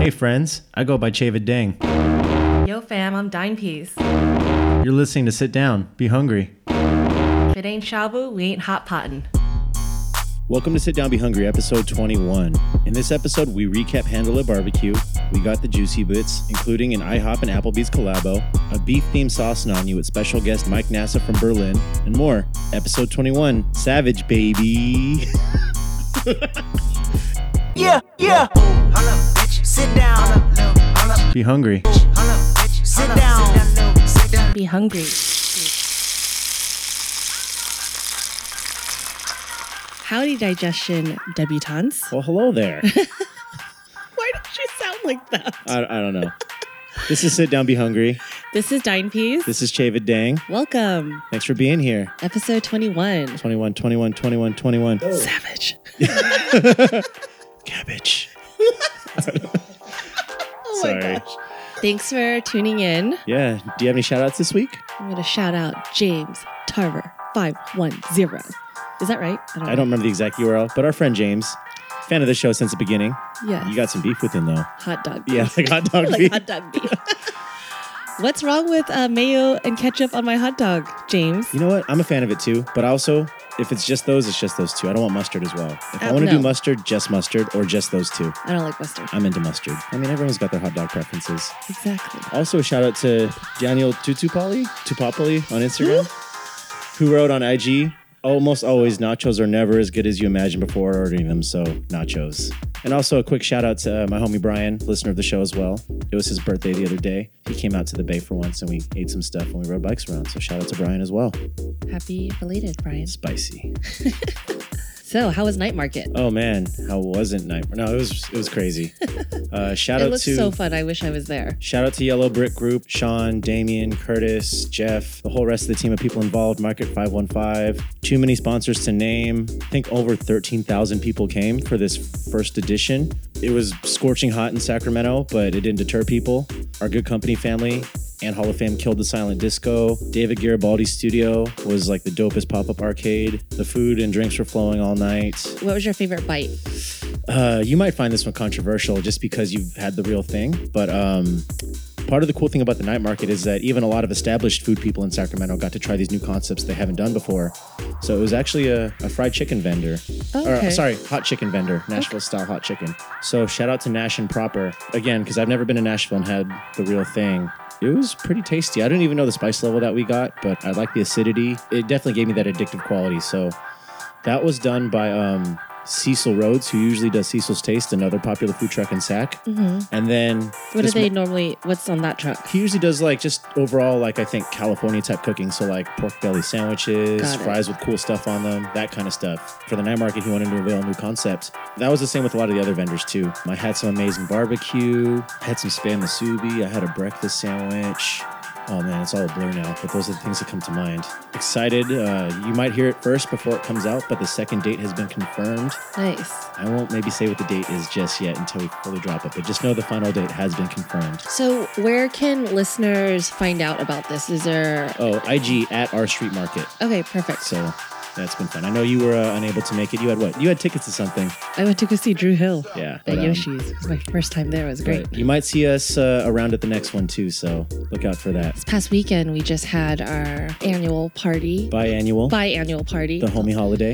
Hey friends, I go by Chavid Dang. Yo, fam, I'm Dine Peas. You're listening to Sit Down, Be Hungry. If it ain't shabu, we ain't hot potting. Welcome to Sit Down, Be Hungry, episode 21. In this episode, we recap Handle It Barbecue. We got the juicy bits, including an IHOP and Applebee's collabo, a beef themed sauce nanu with special guest Mike Nassa from Berlin, and more. Episode 21, Savage Baby. Yeah, yeah. Sit down, Be hungry. sit down. Be hungry. Howdy, digestion debutantes. Well, hello there. Why did you sound like that? I, I don't know. This is Sit Down, Be Hungry. This is Dine Peas. This is Chavid Dang. Welcome, Thanks for being here. episode 21. 21, 21, 21, 21. Savage. Cabbage. Oh Sorry. Thanks for tuning in. Yeah. Do you have any shout outs this week? I'm going to shout out James Tarver 510. Is that right? I don't remember the exact URL, but our friend James, fan of the show since the beginning. Yes. You got some beef with him though. hot dog. Yeah, like hot dog like beef. hot dog beef. What's wrong with uh, mayo and ketchup on my hot dog, James? You know what? I'm a fan of it too, but also if it's just those, it's just those two. I don't want mustard as well. If I Uh, want to no. do mustard, just mustard or just those two. I don't like mustard. I'm into mustard. I mean, everyone's got their hot dog preferences. Exactly. Also, shout out to Daniel Tutupali, Tupopoli on Instagram, who wrote on IG, almost always nachos are never as good as you imagined before ordering them, so nachos. And also a quick shout out to uh, my homie Brian, listener of the show as well. It was his birthday the other day. He came out to the bay for once and we ate some stuff and we rode bikes around. So shout out to Brian as well. Happy belated, Brian. Spicy. So, how was night market? Oh man, how wasn't night? No, it was it was crazy. Uh, shout It out looks to so fun. I wish I was there. Shout out to Yellow Brick Group, Sean, Damien, Curtis, Jeff, the whole rest of the team of people involved, Market 515. Too many sponsors to name. I think over 13,000 people came for this first edition. It was scorching hot in Sacramento, but it didn't deter people. Our good company family and Hall of Fame killed the silent disco. David Garibaldi's studio was like the dopest pop up arcade. The food and drinks were flowing all night. What was your favorite bite? Uh, you might find this one controversial just because you've had the real thing, but um, part of the cool thing about the night market is that even a lot of established food people in Sacramento got to try these new concepts they haven't done before. So it was actually a, a fried chicken vendor, Okay. or uh, sorry, hot chicken vendor, Nashville style hot chicken. So shout out to Nash and Proper again because I've never been to Nashville and had the real thing. It was pretty tasty. I didn't even know the spice level that we got, but I like the acidity. It definitely gave me that addictive quality. So that was done by um, Cecil Rhodes, who usually does Cecil's Taste, another popular food truck in Sac. And then What do this they mo- normally? What's on that truck? he usually does like just overall like I think California type cooking, so like pork belly sandwiches, Got it. fries with cool stuff on them, that kind of stuff. For the night market, he wanted to reveal a new concept. That was the same with a lot of the other vendors too. I had some amazing barbecue, had some spam musubi, I had a breakfast sandwich. Oh man, it's all a blur now, but those are the things that come to mind. Excited, uh, you might hear it first before it comes out, but the second date has been confirmed. Nice. I won't maybe say what the date is just yet until we fully drop it, but just know the final date has been confirmed. So, where can listeners find out about this? Is there? Oh, IG at our street market. Okay, perfect. So that's been fun. I know you were uh, unable to make it. You had what? You had tickets to something. I went to go see Drew Hill Yeah. at but, um, Yoshi's. It was my first time there. It was great. but You might see us uh, around at the next one too, so look out for that. This past weekend, we just had our annual party, Biannual, biannual party. the homie holiday.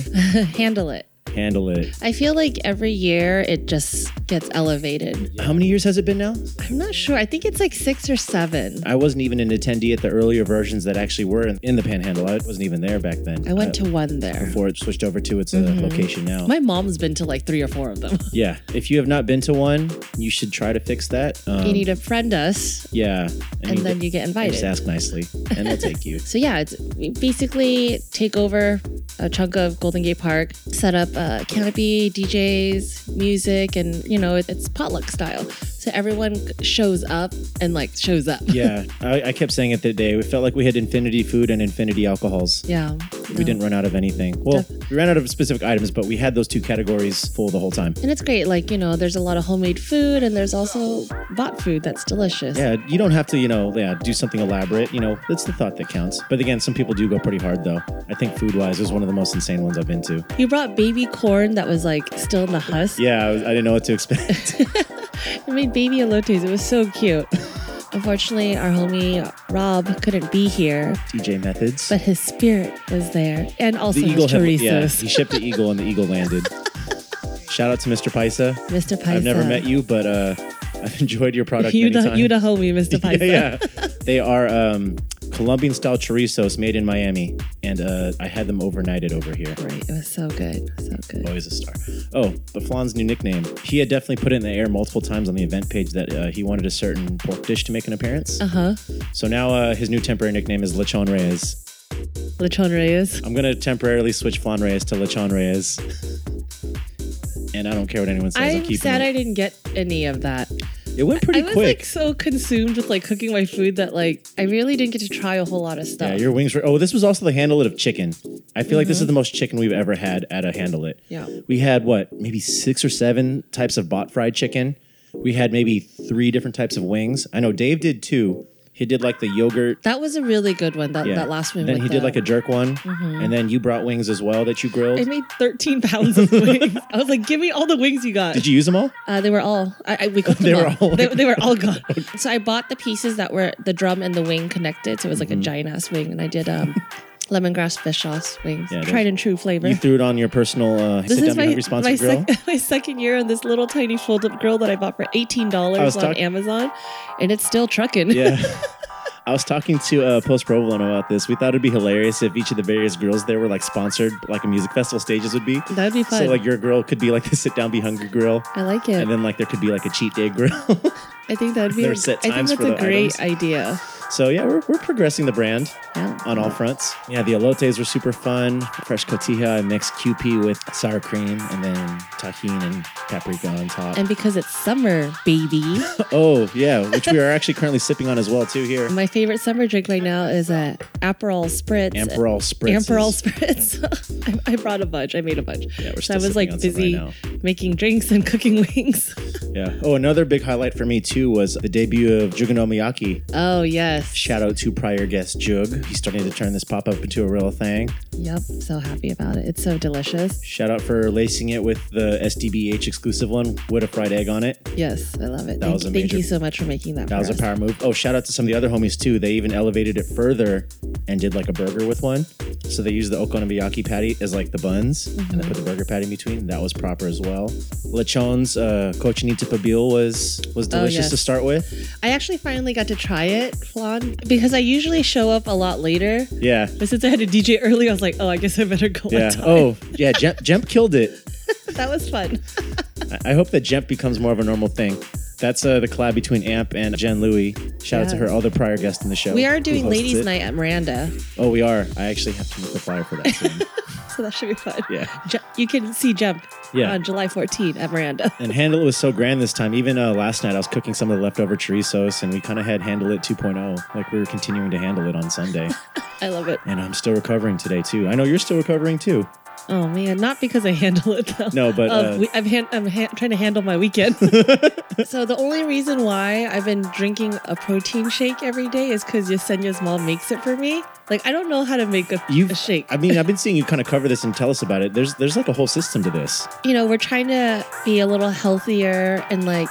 Handle it. Handle it. I feel like every year it just gets elevated. How many years has it been now? I'm not sure. I think it's like six or seven. I wasn't even an attendee at the earlier versions that actually were in, in the Panhandle. I wasn't even there back then. I went Uh, to one Mm-hmm. there. before it switched over to its uh, location now. My mom's been to like three or four of them. yeah, if you have not been to one, you should try to fix that. Um, You need to friend us, yeah, and then you get just invited. ask nicely, and they'll take you. So yeah, it's we basically take over a chunk of Golden Gate Park, set up uh, canopy, DJs, music, and you know it, it's potluck style. So everyone shows up and like shows up. yeah, I, I kept saying it that day. We felt like we had infinity food and infinity alcohols. Yeah. We didn't run out of anything. Well, we ran out of specific items, but we had those two categories full the whole time. And it's great, like, you know, there's a lot of homemade food and there's also bought food that's delicious. Yeah, you don't have to, you know, yeah, do something elaborate. You know, it's the thought that counts. But again, some people do go pretty hard though. I think food wise was one of the most insane ones I've been to. You brought baby corn that was like still in the husk. Yeah, I, was, I didn't know what to expect. And I made baby elotes. It was so cute. Unfortunately, our homie Rob couldn't be here, DJ Methods. but his spirit was there, and also the eagle his had, yeah, chorizos. he shipped the eagle and the eagle landed. Shout out to Mr. Paisa. Mr. Paisa. I've never met you, but uh, I've enjoyed your product You many the, times. you the homie, Mr. Paisa. yeah, yeah. They are um, Colombian style chorizos made in Miami, and uh, I had them overnighted over here. Great. It was so good. So good. Always a star. Oh, but Flan's new nickname. He had definitely put it in the air multiple times on the event page that uh, he wanted a certain pork dish to make an appearance. Uh huh. So now uh, his new temporary nickname is Lechon Reyes. Lechon Reyes. I'm gonna temporarily switch Flan Reyes to Lechon Reyes. And I don't care what anyone says. I'm I'm keeping sad it. I didn't get any of that. It went pretty I was quick. like so consumed with like cooking my food that like I really didn't get to try a whole lot of stuff. yeah, your wings were. Oh, this was also the handle it of chicken. I feel like this is the most chicken we've ever had at a handle it. Mm-hmm. Yeah. We had what, maybe six or seven types of bot fried chicken. We had maybe three different types of wings. I know Dave did too. He did like the yogurt. that was a really good one. That Yeah. that last one. Then with he the, Mm-hmm. did like a jerk one, and then you brought wings as well that you grilled. I made 13 pounds of wings. I was like, give me all the wings you got. did you use them all? Uh, they were all. I, I we cooked They them were all- they, they were all gone. So I bought the pieces that were the drum and the wing connected. So it was like Mm-hmm. a giant ass wing, and I did um, lemongrass fish sauce wings, Yeah, those- tried and true flavor. You threw it on your personal uh, sit down hungry my, sponsored grill. sec- my second year on this little tiny fold up grill that I bought for eighteen I dollars was on talk- Amazon, and it's still trucking. Yeah. I was talking to uh, Post Provolone about this. We thought it'd be hilarious if each of the various grills there were like sponsored, like a music festival stages would be. That'd be fun. So like your grill could be like the sit down, be hungry grill, I like it. and then like there could be like a cheat day grill. I think that'd be. there I are set think times that's for a the great items. idea. so yeah, we're, we're progressing the brand Yeah. on all fronts. Yeah, the elotes were super fun. Fresh cotija, I mixed QP with sour cream, and then tahini and paprika on top. And because it's summer, baby, oh yeah, which we are actually currently sipping on as well too here. my favorite summer drink right now is a Aperol Spritz. Amperol spritz. Amperol Spritz. I, I brought a bunch. I made a bunch. Yeah, we're still so I was sipping like on some busy right making drinks and cooking wings. Yeah. Oh, another big highlight for me too was the debut of Jugano Miyake. oh yes. Shout out to prior guest Jug. He's starting to turn this pop up into a real thing. Yep. So happy about it. It's so delicious. Shout out for lacing it with the SDBH exclusive one with a fried egg on it. Yes, I love it. That thank, was a thank major- you so much for making that. That was for a us. power move. Oh, shout out to some of the other homies too. They even elevated it further and did like a burger with one. So they used the okonomiyaki patty as like the buns Mm-hmm. and they put the burger patty in between. That was proper as well. Lechon's uh, cochinita pibil was was delicious Oh, yes. to start with. I actually finally got to try it, Flan, because I usually show up a lot later. Yeah. But since I had to DJ early, I was like, oh, I guess I better go. on Yeah. time. Oh, yeah. Jemp, Jemp killed it. that was fun. I hope that Jemp becomes more of a normal thing. That's uh, the collab between Amp and Jen Louie. Shout out to Yeah. her other prior guest in the show. We are who doing hosts ladies' it. night at Miranda, Oh, we are. I actually have to make the flyer for that soon. so that should be fun. Yeah. Ju- you can see Jump Yeah. on July 14 at Miranda. and Handle It was so grand this time. Even uh, last night, I was cooking some of the leftover chorizos, and we kind of had Handle It 2.0. Like we were continuing to handle it on Sunday. I love it. and I'm still recovering today, too. I know you're still recovering, too. Oh man, not because I handle it though. No, but, Um, uh, we, I'm, han- I'm ha- trying to handle my weekend. so the only reason why I've been drinking a protein shake every day is because Yesenia's mom makes it for me. Like I don't know how to make a, You've, a shake. I mean, I've been seeing you kind of cover this and tell us about it. There's, there's like a whole system to this. you know, we're trying to be a little healthier and like.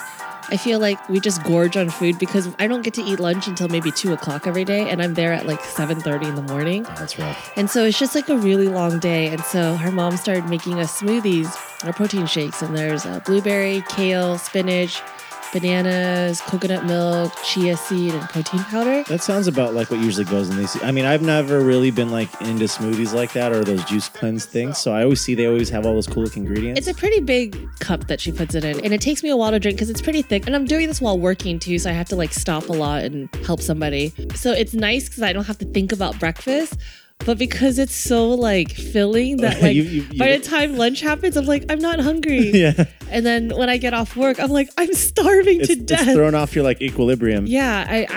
I feel like we just gorge on food because I don't get to eat lunch until maybe two o'clock every day, and I'm there at like seven thirty in the morning. Oh, That's rough. And so it's just like a really long day. And so her mom started making us smoothies or protein shakes. And there's uh, blueberry, kale, spinach, bananas, coconut milk, chia seed, and protein powder. That sounds about like what usually goes in these. I mean, I've never really been like into smoothies like that or those juice cleanse things. So I always see they always have all those cool looking ingredients. It's a pretty big cup that she puts it in. And it takes me a while to drink because it's pretty thick. And I'm doing this while working too. So I have to like stop a lot and help somebody. So it's nice because I don't have to think about breakfast. But because it's so like filling that like You- you- you- by the time lunch happens, I'm like, I'm not hungry. yeah, And then when I get off work, I'm like, I'm starving it's, to it's death. thrown off your like equilibrium. yeah, I,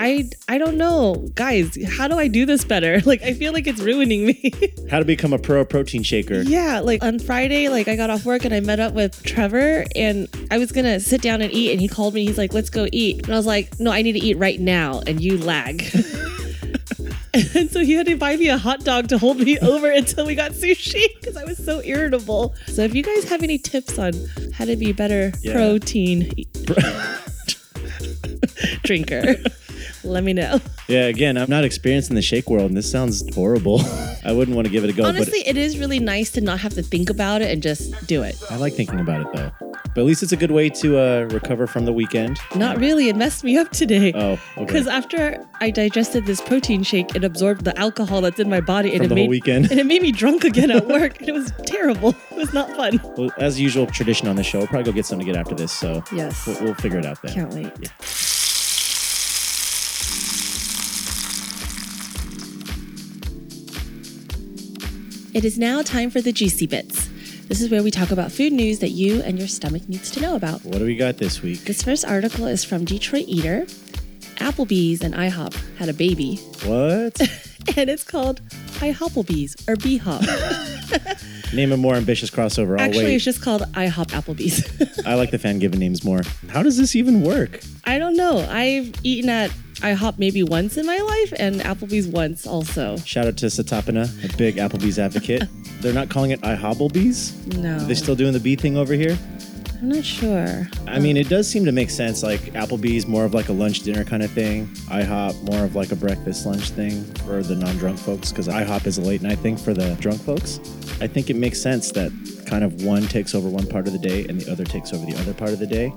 I I don't know, guys. How do I do this better? Like, I feel like it's ruining me. How to become a pro protein shaker? yeah, like on Friday, like I got off work and I met up with Trevor, and I was gonna sit down and eat, and he called me. He's like, "Let's go eat," and I was like, "No, I need to eat right now," and you lag. And so he had to buy me a hot dog to hold me over until we got sushi because I was so irritable. So if you guys have any tips on how to be better Yeah. protein drinker, let me know. Yeah, again, I'm not experienced in the shake world, and this sounds horrible. I wouldn't want to give it a go, Honestly, it is really nice to not have to think about it and just do it. but I like thinking about it though. But at least it's a good way to uh, recover from the weekend. Not really. It messed me up today. Oh, okay. Because after I digested this protein shake, it absorbed the alcohol that's in my body and From it the made whole weekend. and it made me drunk again at work. and it was terrible. It was not fun. Well, as usual, tradition on the show. We'll probably go get something to get after this, so Yes. we'll, we'll figure it out then. Can't wait. It is now time for the juicy bits. This is where we talk about food news that you and your stomach needs to know about. What do we got this week? This first article is from Detroit Eater. Applebee's and IHOP had a baby, What? and it's called IHOPPlebee's or Oh, BHOP. Name a more ambitious crossover. I'll Actually, wait. it's just called IHOP Applebee's. I like the fan given names more. How does this even work? I don't know. I've eaten at IHOP maybe once in my life and Applebee's once also. Shout out to Satapana, a big Applebee's advocate. They're not calling it iHobblebees. No. They're still doing the B thing over here. I'm not sure. I mean, it does seem to make sense. Like Applebee's, more of like a lunch dinner kind of thing. IHOP, more of like a breakfast lunch thing for the non-drunk folks, because IHOP is a late night thing for the drunk folks. I think it makes sense that kind of one takes over one part of the day and the other takes over the other part of the day.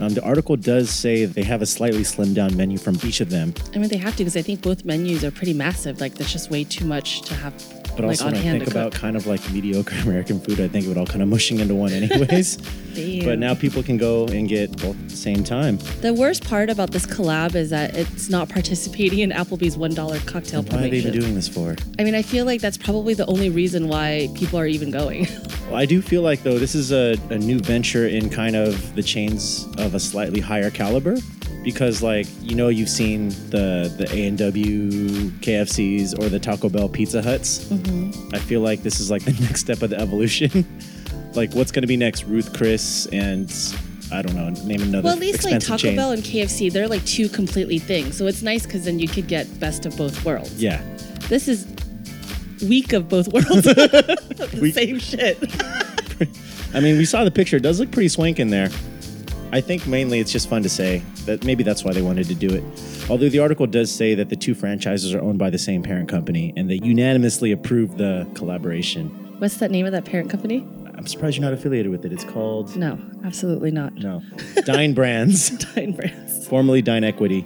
Um, the article does say they have a slightly slimmed down menu from each of them, I mean, they have to because I think both menus are pretty massive. Like, there's just way too much to have But like also, on when I hand think to about cook. kind of like mediocre American food, I think of it all kind of mushing into one, anyways. Damn. but now people can go and get both at the same time. the worst part about this collab is that it's not participating in Applebee's one dollar cocktail Why are they promotion. even doing this for? I mean, I feel like that's probably the only reason why people are even going. Well, I do feel like though this is a, a new venture in kind of the chains of a slightly higher caliber, because like you know you've seen the the A and W KFCs or the Taco Bell Pizza Huts. Mm-hmm. I feel like this is like the next step of the evolution. like what's going to be next? Ruth Chris and I don't know. Name another. well, at least like expensive Taco chain. Bell and KFC, they're like two completely things. So it's nice because then you could get best of both worlds. Yeah. This is week of both worlds. the Week. same shit. I mean, we saw the picture. It does look pretty swank in there. I think mainly it's just fun to say that maybe that's why they wanted to do it. Although the article does say that the two franchises are owned by the same parent company and they unanimously approved the collaboration. What's that name of that parent company? I'm surprised you're not affiliated with it. It's called No, absolutely not. no Dine Brands, Dine Brands. formerly Dine Equity,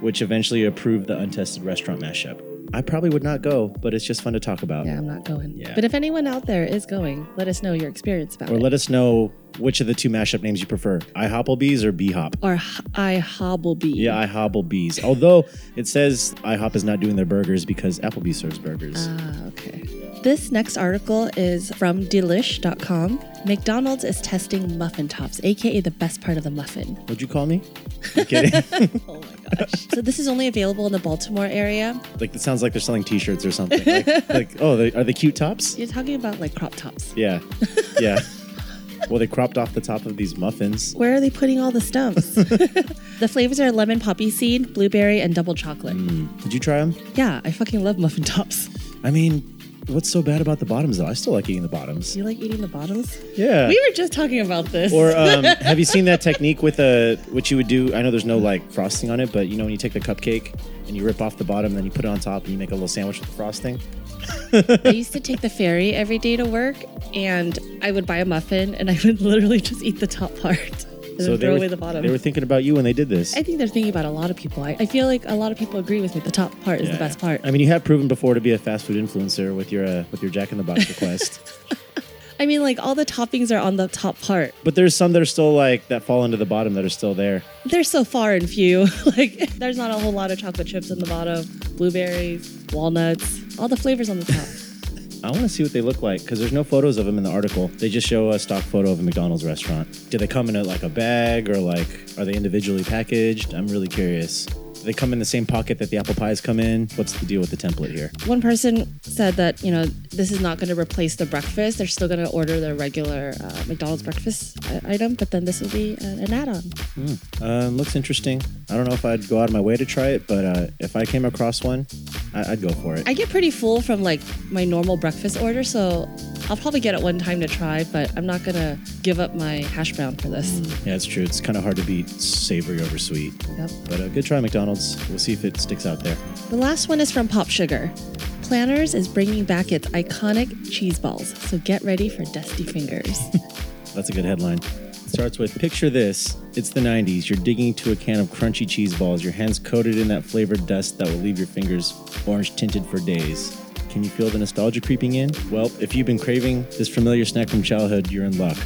which eventually approved the untested restaurant mashup. I probably would not go, but it's just fun to talk about. Yeah, I'm not going. Yeah. But if anyone out there is going, let us know your experience about Or it. let us know which of the two mashup names you prefer: iHopplebees or B Hop. or h- I hobble bee. Yeah, I hobble bees. Although it says IHOP is not doing their burgers because Applebee's serves burgers. Ah, okay. This next article is from delish.com. McDonald's is testing muffin tops, aka the best part of the muffin. Would you call me? I'm kidding. Oh my gosh. so this is only available in the Baltimore area. like it sounds like they're selling T-shirts or something. Like, like oh, they, are they cute tops? You're talking about like crop tops. Yeah, yeah. well, they cropped off the top of these muffins. Where are they putting all the stumps? the flavors are lemon poppy seed, blueberry, and double chocolate. Did you try them? Yeah, I fucking love muffin tops. I mean, what's so bad about the bottoms though? I still like eating the bottoms. Do you like eating the bottoms? Yeah. We were just talking about this. Uh, Or um, have you seen that technique with a what you would do? I know there's no like frosting on it, but you know when you take the cupcake and you rip off the bottom, then you put it on top and you make a little sandwich with the frosting. I used to take the ferry every day to work, and I would buy a muffin, and I would literally just eat the top part and then they throw were- away the bottom. They were thinking about you when they did this. I think they're thinking about a lot of people. I, I feel like a lot of people agree with me. The top part is Yeah. the best part. I mean, you have proven before to be a fast food influencer with your uh, with your Jack in the Box request. I mean, like all the toppings are on the top part. But there's some that are still like that fall into the bottom that are still there. They're so far and few. like there's not a whole lot of chocolate chips in the bottom, blueberries, walnuts, all the flavors on the top. I want to see what they look like because there's no photos of them in the article. They just show a stock photo of a McDonald's restaurant. Do they come in a, like a bag or like are they individually packaged? I'm really curious. Do they come in the same pocket that the apple pies come in? What's the deal with the template here? One person said that, you know, this is not going to replace the breakfast. They're still going to order their regular uh, McDonald's breakfast i- item, but then this will be an, an add on. Um, looks interesting. I don't know if I'd go out of my way to try it, but uh, if I came across one, I- I'd go for it. I get pretty full from like my normal breakfast order, so I'll probably get it one time to try, but I'm not gonna give up my hash brown for this. Yeah, it's true. It's kind of hard to beat savory over sweet. Yep. But uh, good try, McDonald's. We'll see if it sticks out there. The last one is from Pop Sugar. Planners is bringing back its iconic cheese balls, so get ready for dusty fingers. That's a good headline. Starts with Picture this. It's the 90s. You're digging into a can of crunchy cheese balls, your hands coated in that flavored dust that will leave your fingers orange tinted for days. Can you feel the nostalgia creeping in? Well, if you've been craving this familiar snack from childhood, you're in luck.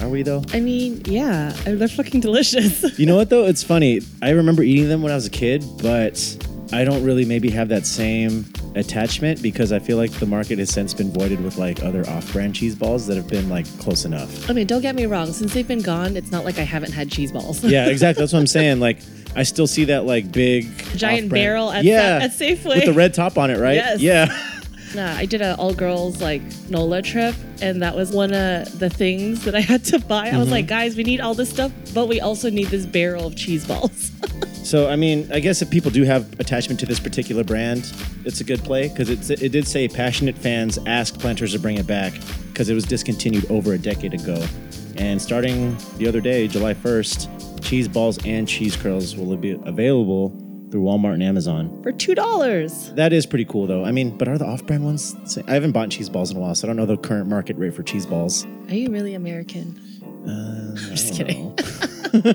Are we though? I mean, yeah, they're fucking delicious. You know what though? It's funny. I remember eating them when I was a kid, but I don't really maybe have that same attachment because I feel like the market has since been voided with like other off-brand cheese balls that have been like close enough. I mean, don't get me wrong. Since they've been gone, it's not like I haven't had cheese balls. Yeah, exactly. That's what I'm saying. Like I still see that like big Giant off-brand- barrel at yeah, Sa- at Safeway. with the red top on it, right? Yes. Yeah. Nah, I did an all girls like NOLA trip, and that was one of the things that I had to buy. I was like, guys, we need all this stuff, but we also need this barrel of cheese balls. So I mean, I guess if people do have attachment to this particular brand, it's a good play because it it did say passionate fans asked Planters to bring it back because it was discontinued over a decade ago, and starting the other day, July first, cheese balls and cheese curls will be available through Walmart and Amazon. For $2. That is pretty cool though. I mean, but are the off-brand ones? the same? I haven't bought cheese balls in a while, so I don't know the current market rate for cheese balls. Are you really American? Uh, I'm just kidding.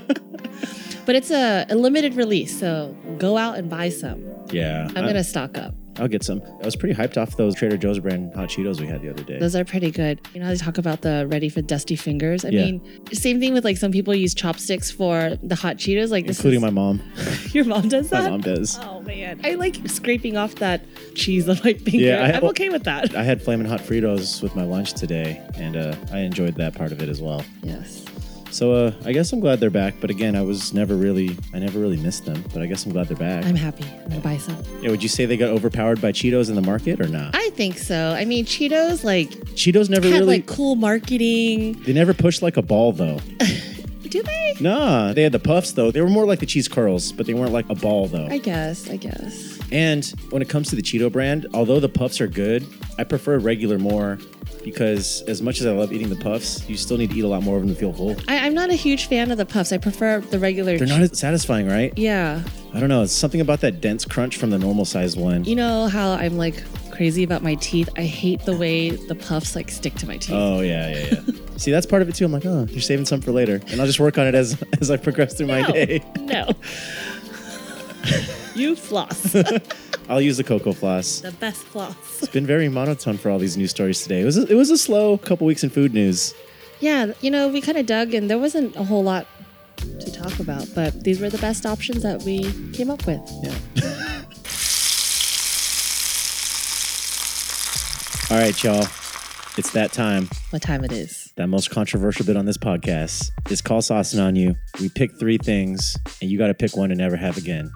But it's a, a limited release, so go out and buy some. yeah, I'm gonna stock up. I'll get some. I was pretty hyped off those Trader Joe's brand hot Cheetos we had the other day. Those are pretty good. You know how they talk about the ready for dusty fingers? I Yeah. mean, same thing with like some people use chopsticks for the hot Cheetos. Like this including is- my mom. your mom does that. My mom does. Oh man, I like scraping off that cheese on my finger. Yeah, I- I'm okay with that. I had flaming hot Fritos with my lunch today, and uh, I enjoyed that part of it as well. Yes. So uh, I guess I'm glad they're back. But again, I was never really, I never really missed them. But I guess I'm glad they're back. I'm happy. I'm gonna buy some. yeah, would you say they got overpowered by Cheetos in the market or not? I think so. I mean, Cheetos like Cheetos never had really, like cool marketing. they never pushed like a ball though. Do they? nah, they had the puffs though. They were more like the cheese curls, but they weren't like a ball though. I guess. I guess. And when it comes to the Cheeto brand, although the puffs are good, I prefer regular more because as much as I love eating the puffs, you still need to eat a lot more of them to feel full. I, I'm not a huge fan of the puffs. I prefer the regular. They're not as satisfying, right? yeah. I don't know. It's something about that dense crunch from the normal sized one. You know how I'm like crazy about my teeth. I hate the way the puffs like stick to my teeth. Oh yeah, yeah, yeah. See, that's part of it too. I'm like, oh, you're saving some for later, and I'll just work on it as as I progress through my no. day. No. you floss. I'll use the cocoa floss. the best floss. It's been very monotone for all these news stories today. It was a, it was a slow couple weeks in food news. Yeah, you know, we kind of dug and there wasn't a whole lot to talk about, but these were the best options that we came up with. Yeah. all right, y'all. It's that time. What time it is? That most controversial bit on this podcast is call saucing on you. We pick three things, and you got to pick one to never have again.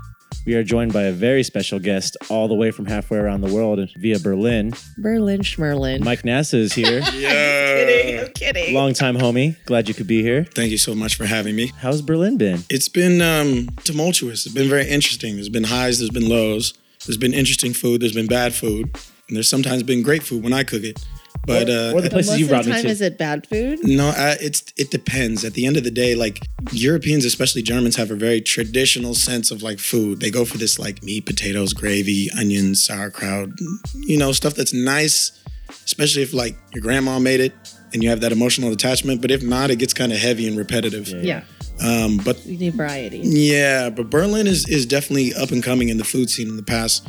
We are joined by a very special guest, all the way from halfway around the world via Berlin. Berlin Schmerlin. Mike Nassa is here, Yeah. kidding. longtime homie. Glad you could be here. Thank you so much for having me. How's Berlin been? It's been um, tumultuous. It's been very interesting. There's been highs, there's been lows. There's been interesting food, there's been bad food, and there's sometimes been great food when I cook it. But uh, Or the Most places you of the brought me time, to. is it bad food? no, I, it's it depends. At the end of the day, like Europeans, especially Germans, have a very traditional sense of like food. They go for this like meat, potatoes, gravy, onions, sauerkraut, you know, stuff that's nice, especially if like your grandma made it and you have that emotional attachment. But if not, it gets kind of heavy and repetitive. Yeah. Um, but You need variety. Yeah, but Berlin is is definitely up and coming in the food scene in the past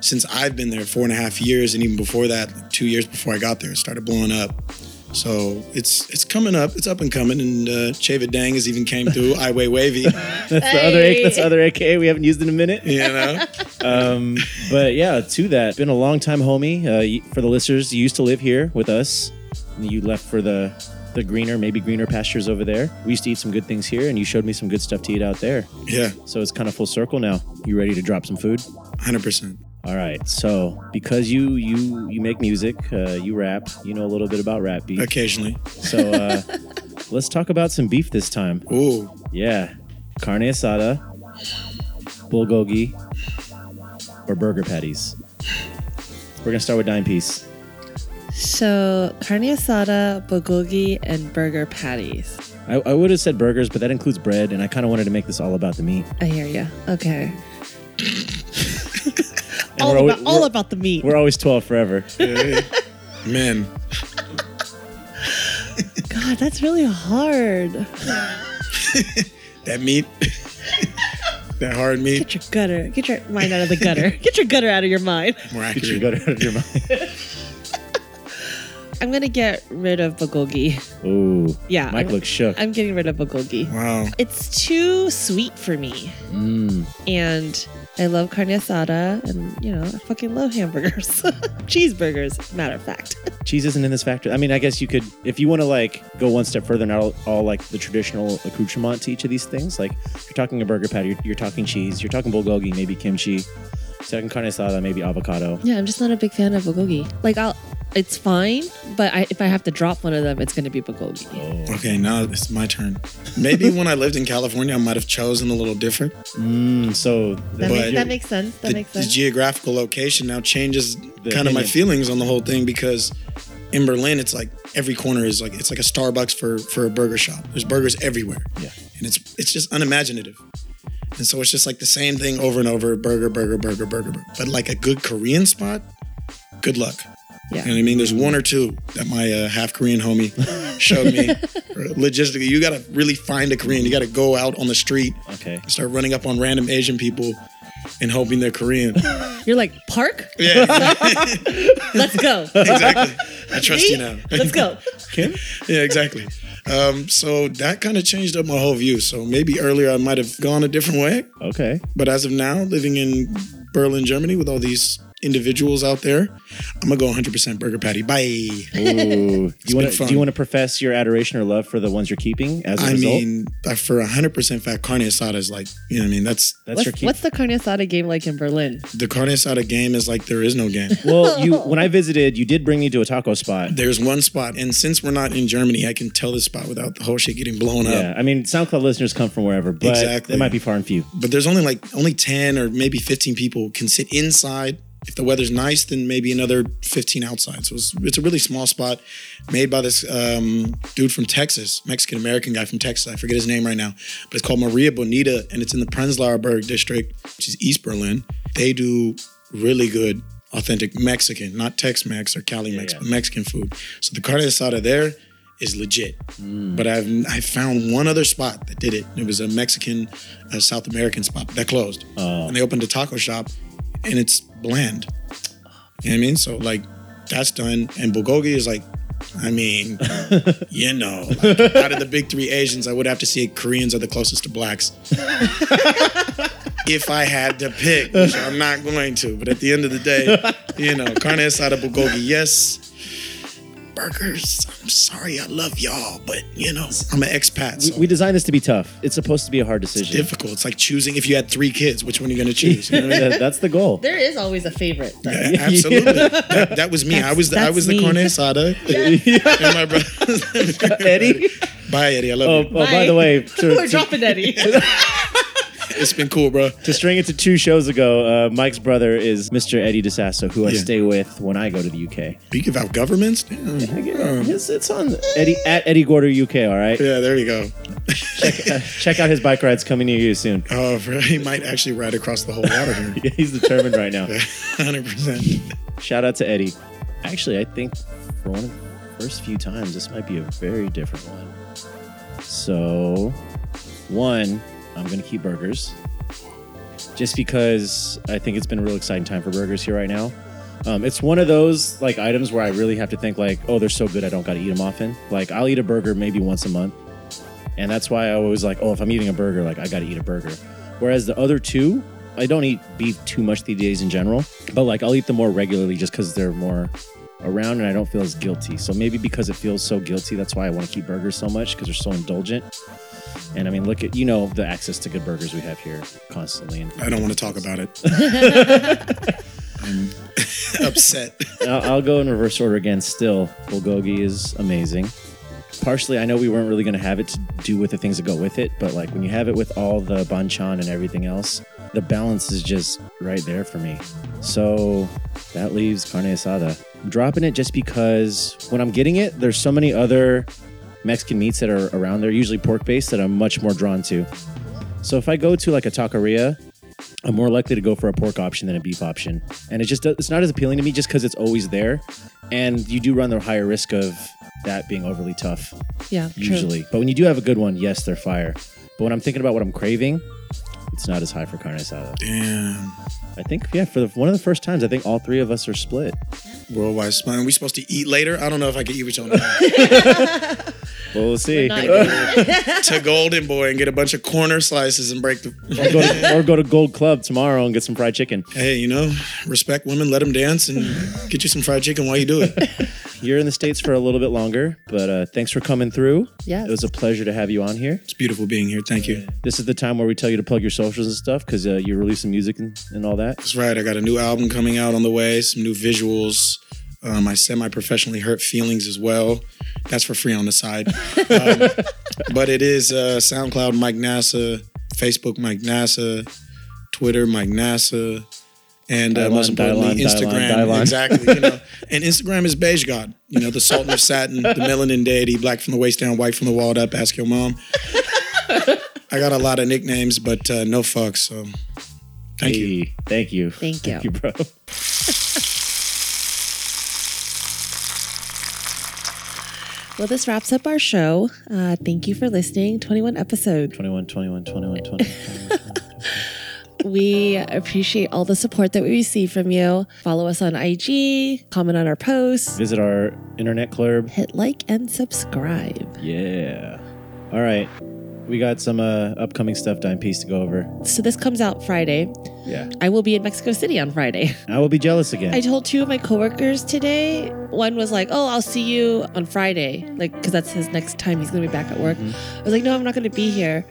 since I've been there four and a half years, and even before that, like, two years before I got there, it started blowing up. So it's it's coming up, it's up and coming, and uh, Cheva Dang has even came through. I Wei Wavy, That's the other A- that's the other AKA we haven't used in a minute. you know. Um, but yeah, to that, been a long time homie. Uh, y- for the listeners, you used to live here with us. And you left for the the greener, maybe greener pastures over there. We used to eat some good things here, and you showed me some good stuff to eat out there. Yeah, So it's kind of full circle now. You ready to drop some food? hundred percent. All right. So because you you you make music, uh, you rap, you know a little bit about rap beef. Occasionally, So uh, let's talk about some beef this time. ooh, Yeah, carne asada, bulgogi, or burger patties. We're gonna start with dime piece. So carne asada, bulgogi, and burger patties. I, I would have said burgers, but that includes bread, and I kind of wanted to make this all about the meat. I hear you. Okay. And All, we're always, about, all we're- about the meat. We're always 12 forever. Man, God, that's really hard. that meat, that hard meat, Get your gutter. Get your mind out of the gutter. Get your gutter out of your mind. more Get your accurate. gut out of your mind. I'm gonna get rid of bulgogi. Ooh. Yeah, Mike I'm- looks shook. I'm getting rid of bulgogi. Wow. It's too sweet for me, Mm. and I love carne asada, and you know I fucking love hamburgers, cheeseburgers. Matter of fact, Cheese isn't in this factor. I mean, I guess you could, if you want to like go one step further and all, all like the traditional accoutrement to each of these things, like if you're talking a burger patty, you're, you're talking cheese, you're talking bulgogi, maybe kimchi, second carne asada, maybe avocado. yeah, I'm just not a big fan of bulgogi. Like I'll, it's fine, but I, if I have to drop one of them, it's gonna be bulgogi. Oh. Okay, now it's my turn. Maybe when I lived in California, I might have chosen a little different. Mm, so That, the, But- makes, that makes sense. That the, makes the sense. geographical location now changes kind of my opinion. feelings on the whole thing because in Berlin it's like every corner is like it's like a Starbucks for for a burger shop. There's burgers everywhere. Yeah. And it's it's just unimaginative. And so it's just like the same thing over and over burger burger burger burger. burger. But like a good Korean spot, good luck. Yeah. You know what I mean? There's one or two that my uh, half Korean homie showed me. Logistically, you got to really find a Korean. You got to go out on the street okay. and start running up on random Asian people and hoping they're Korean. You're like park. Yeah, Let's go. exactly. I trust you now. Let's go. Kim? yeah, exactly. Um, so that kind of changed up my whole view. So maybe earlier I might have gone a different way, Okay. but as of now, living in Berlin, Germany, with all these individuals out there, I'm gonna go 100% burger patty. Bye. Ooh. Do you been wanna, fun. do you want to profess your adoration or love for the ones you're keeping as a I result? mean, uh, for 100% fat carne asada is like, you know what I mean? That's That's your What's, keep. what's the carne asada game like in Berlin? the carne asada game is like there is no game. well, you when I visited, you did bring me to a taco spot. There's one spot, and since we're not in Germany, I can tell this spot without the whole shit getting blown up. Yeah, I mean, SoundCloud listeners come from wherever, but um, Exactly. they might be far and few. but there's only like only 10 or maybe 15 people can sit inside if the weather's nice then maybe another 15 outside so it's, it's a really small spot made by this um, dude from texas mexican american guy from texas i forget his name right now but it's called maria bonita and it's in the prenzlauer berg district which is east berlin they do really good authentic mexican not tex-mex or cali-mex yeah. but mexican food so the carne asada there is legit but I've I found one other spot that did it. It was a Mexican, uh South American spot that closed, Oh. and they opened a taco shop, and it's bland. You know what I mean? So like, that's done. And bulgogi is like, I mean, you know, like, out of the big three Asians, I would have to say Koreans are the closest to blacks. if I had to pick, which I'm not going to, but at the end of the day, you know, carne asada bulgogi, yes burgers. I'm sorry, I love y'all, but you know, I'm an expat, so We designed this to be tough. It's supposed to be a hard decision. difficult. It's like choosing if you had three kids, which one are you gonna choose? You know what I mean? That- That's the goal. There is always a favorite. though. A- Absolutely. That, that was me. I was the I That's- was the that's carne me. asada. and my brother. Eddie. Bye, Eddie. I love Oh, oh, you. by the way, We're to, to, dropping Eddie. It's been cool, bro. to string it to two shows ago, uh, Mike's brother is Mr. Eddie DeSasso, who I Yeah. stay with when I go to the UK. Speak about governments. Damn. I get- Yeah, It's, it's on Eddie at Eddie Gorder UK. All right, there you go. check out his bike rides coming near you soon. Oh, bro, he might actually ride across the whole water here. He's determined right now. 100%. Shout out to Eddie. Actually, I think for one of the first few times, this might be a very different one. So, one, I'm going to keep burgers just because I think it's been a real exciting time for burgers here right now. Um, it's one of those like items where I really have to think like, oh, they're so good, I don't got to eat them often. Like I'll eat a burger maybe once a month, and that's why I always like, oh, if I'm eating a burger, like I got to eat a burger. Whereas the other two, I don't eat beef too much these days in general, but like I'll eat them more regularly just because they're more around and I don't feel as guilty. So maybe because it feels so guilty, that's why I want to keep burgers so much because they're so indulgent. And I mean, look at you know the access to good burgers we have here constantly, and I don't want to talk about it. I'm upset. I'll, I'll go in reverse order again. Still, bulgogi is amazing. Partially, I know we weren't really going to have it to do with the things that go with it, but like when you have it with all the banchan and everything else, the balance is just right there for me. So that leaves carne asada. dropping it just because when I'm getting it, there's so many other Mexican meats that are around there, usually pork based, that I'm much more drawn to. So if I go to like a taqueria, I'm more likely to go for a pork option than a beef option, and it just it's not as appealing to me just because it's always there, and you do run the higher risk of that being overly tough Yeah, true. usually. But when you do have a good one, yes, they're fire. But when I'm thinking about what I'm craving, it's not as high for carne asada. Damn. I think yeah, for the, one of the first times, I think all three of us are split. Worldwide spine. Are we supposed to eat later? I don't know if I could eat with y'all now. Well, we'll see. Not or, to Golden Boy and get a bunch of corner slices and break the. go to, or go to Gold Club tomorrow and get some fried chicken. Hey, you know, respect women, let them dance and get you some fried chicken while you do it. You're in the states for a little bit longer, but uh, thanks for coming through. Yes. it was a pleasure to have you on here. It's beautiful being here. Thank you. This is the time where we tell you to plug your socials and stuff because uh, you're releasing music and, and all that. That's right. I got a new album coming out on the way, some new visuals. Um, I semi professionally hurt feelings as well. That's for free on the side. Um, but it is uh, SoundCloud Mike Nassa, Facebook Mike Nassa, Twitter Mike Nassa, and uh, Dylon, most importantly, Dylon, Instagram. Dylon, Dylon. Exactly. You know, and Instagram is Beige God. You know, the Sultan of Satin, the melanin deity, black from the waist down, white from the walled up. Ask your mom. I got a lot of nicknames, but uh, no fucks. So thank you. Hey, Thank you. Thank Thank you, you. bro. Well, this wraps up our show. Uh, thank you for listening. 21 episodes. 21, 21, 21, 21. We appreciate all the support that we receive from you. Follow us on IG, comment on our posts, Visit our internet club. hit like and subscribe. Yeah. All right. We got some uh, upcoming stuff, Dime Piece, to go over. So this comes out Friday. Yeah. I will be in Mexico City on Friday. I will be jealous again. I told two of my coworkers today. One was like, "Oh, I'll see you on Friday," like because that's his next time he's gonna be back at work. I was like, "No, I'm not gonna be here."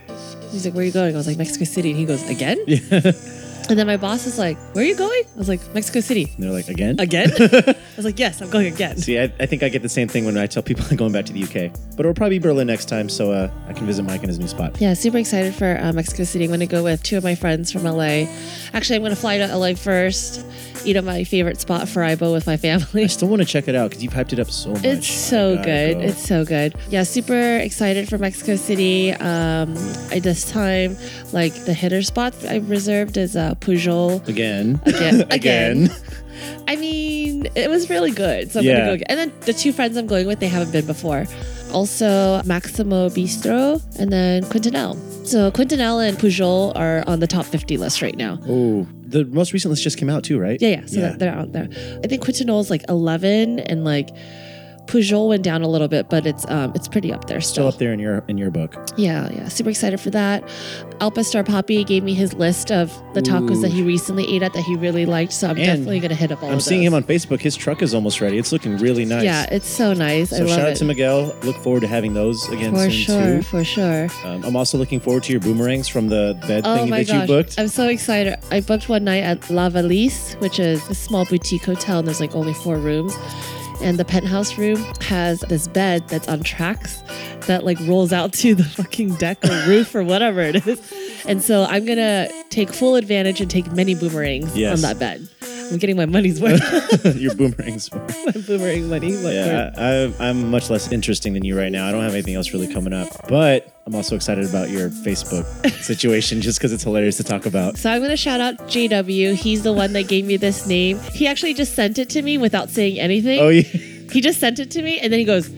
He's like, "Where are you going?" I was like, "Mexico City." And he goes, "Again?" yeah. And then my boss is like, "Where are you going?" I was like, "Mexico City." And they're like, again? Again? I was like, "Yes, I'm going again." See, I, I think I get the same thing when I tell people I'm going back to the UK. But it'll probably be Berlin next time, so uh, I can visit Mike in his new spot. Yeah, super excited for uh, Mexico City. I'm going to go with two of my friends from LA. Actually, I'm going to fly to LA first, eat at my favorite spot, Faribo, with my family. I still want to check it out because you've hyped it up so much. Oh It's so I gotta good. go. It's so good. Yeah, super excited for Mexico City. Um, I, this time, like the hitter spots I reserved is uh, Pujol. Again. Again. Again. I mean, it was really good. So I'm Yeah. gonna go again. And then the two friends I'm going with, they haven't been before. Also Maximo Bistro and then Quintanel. So Quintanel and Pujol are on the top 50 list right now. Oh, the most recent list just came out too, right? Yeah, yeah. So that they're out there. I think Quintanel's like 11 and like Pujol went down a little bit, but it's um it's pretty up there Still up there in your in your book. yeah, yeah. Super excited for that. Alpa Star Poppy gave me his list of the tacos Ooh. that he recently ate at that he really liked. So I'm And definitely going to hit up all I'm of seeing those. him on Facebook. His truck is almost ready. It's looking really nice. Yeah, it's so nice. I So love shout it. out to Miguel. Look forward to having those again for soon sure, too. for sure. Um, I'm also looking forward to your boomerangs from the bed Oh thing my that gosh. you booked. I'm so excited. I booked one night at La Valise, which is a small boutique hotel, and there's like only four rooms. And the penthouse room has this bed that's on tracks that like rolls out to the fucking deck or roof or whatever it is. And so I'm gonna take full advantage and take many boomerangs Yes. on that bed. I'm getting my money's worth, your boomerangs. my boomerang money. What- Yeah, I, I, I'm much less interesting than you right now. I don't have anything else really coming up, but I'm also excited about your Facebook situation just because it's hilarious to talk about. So I'm going to shout out JW. He's the one that gave me this name. He actually just sent it to me without saying anything. Oh yeah, He just sent it to me and then he goes,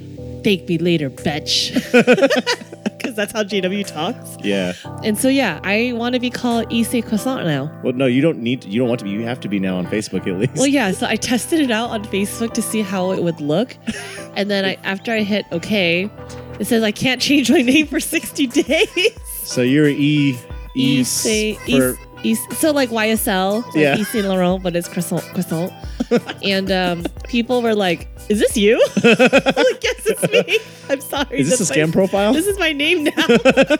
Thank me later, bitch. Because that's how JW talks. yeah. And so, yeah, I want to be called Issei Croissant now. Well, no, you don't need. To, you don't want to be. You have to be now on Facebook at least. Well, yeah, so I tested it out on Facebook to see how it would look. And then I, after I hit OK, it says I can't change my name for 60 days. So you're E E Issei. for Is- so like YSL, like Yeah. yeah. Saint Laurent, but it's croissant, croissant. and um, people were like, "Is this you?" I'm like, yes, it's me. I'm sorry. Is this a that's my- scam profile? This is my name now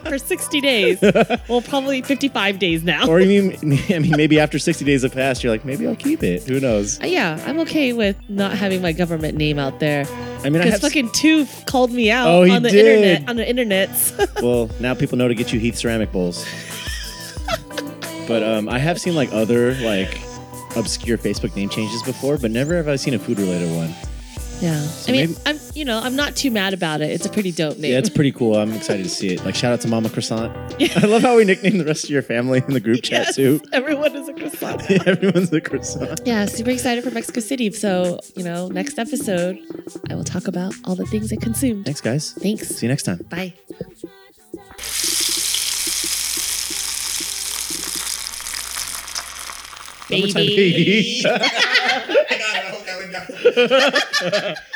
for 60 days. Well, probably 55 days now. or you mean? I mean, maybe after 60 days have passed, you're like, maybe I'll keep it. Who knows? Uh, yeah, I'm okay with not having my government name out there. I mean, I have. Because fucking two called me out Oh, he on the did. internet. On the internet. well, now people know to get you Heath ceramic bowls. but um, I have seen like other like obscure Facebook name changes before, but never have I seen a food related one. Yeah. I mean, maybe- I'm you know I'm not too mad about it. It's a pretty dope name. Yeah, it's pretty cool. I'm excited to see it. Like, shout out to Mama Croissant. I love how we nicknamed the rest of your family in the group chat Yes, too. Everyone is a croissant. Everyone's a croissant. yeah, super excited for Mexico City. So you know, next episode, I will talk about all the things I consumed. Thanks, guys. Thanks. See you next time. Bye. One more time, Baby. baby. I got it. I hope that one got it.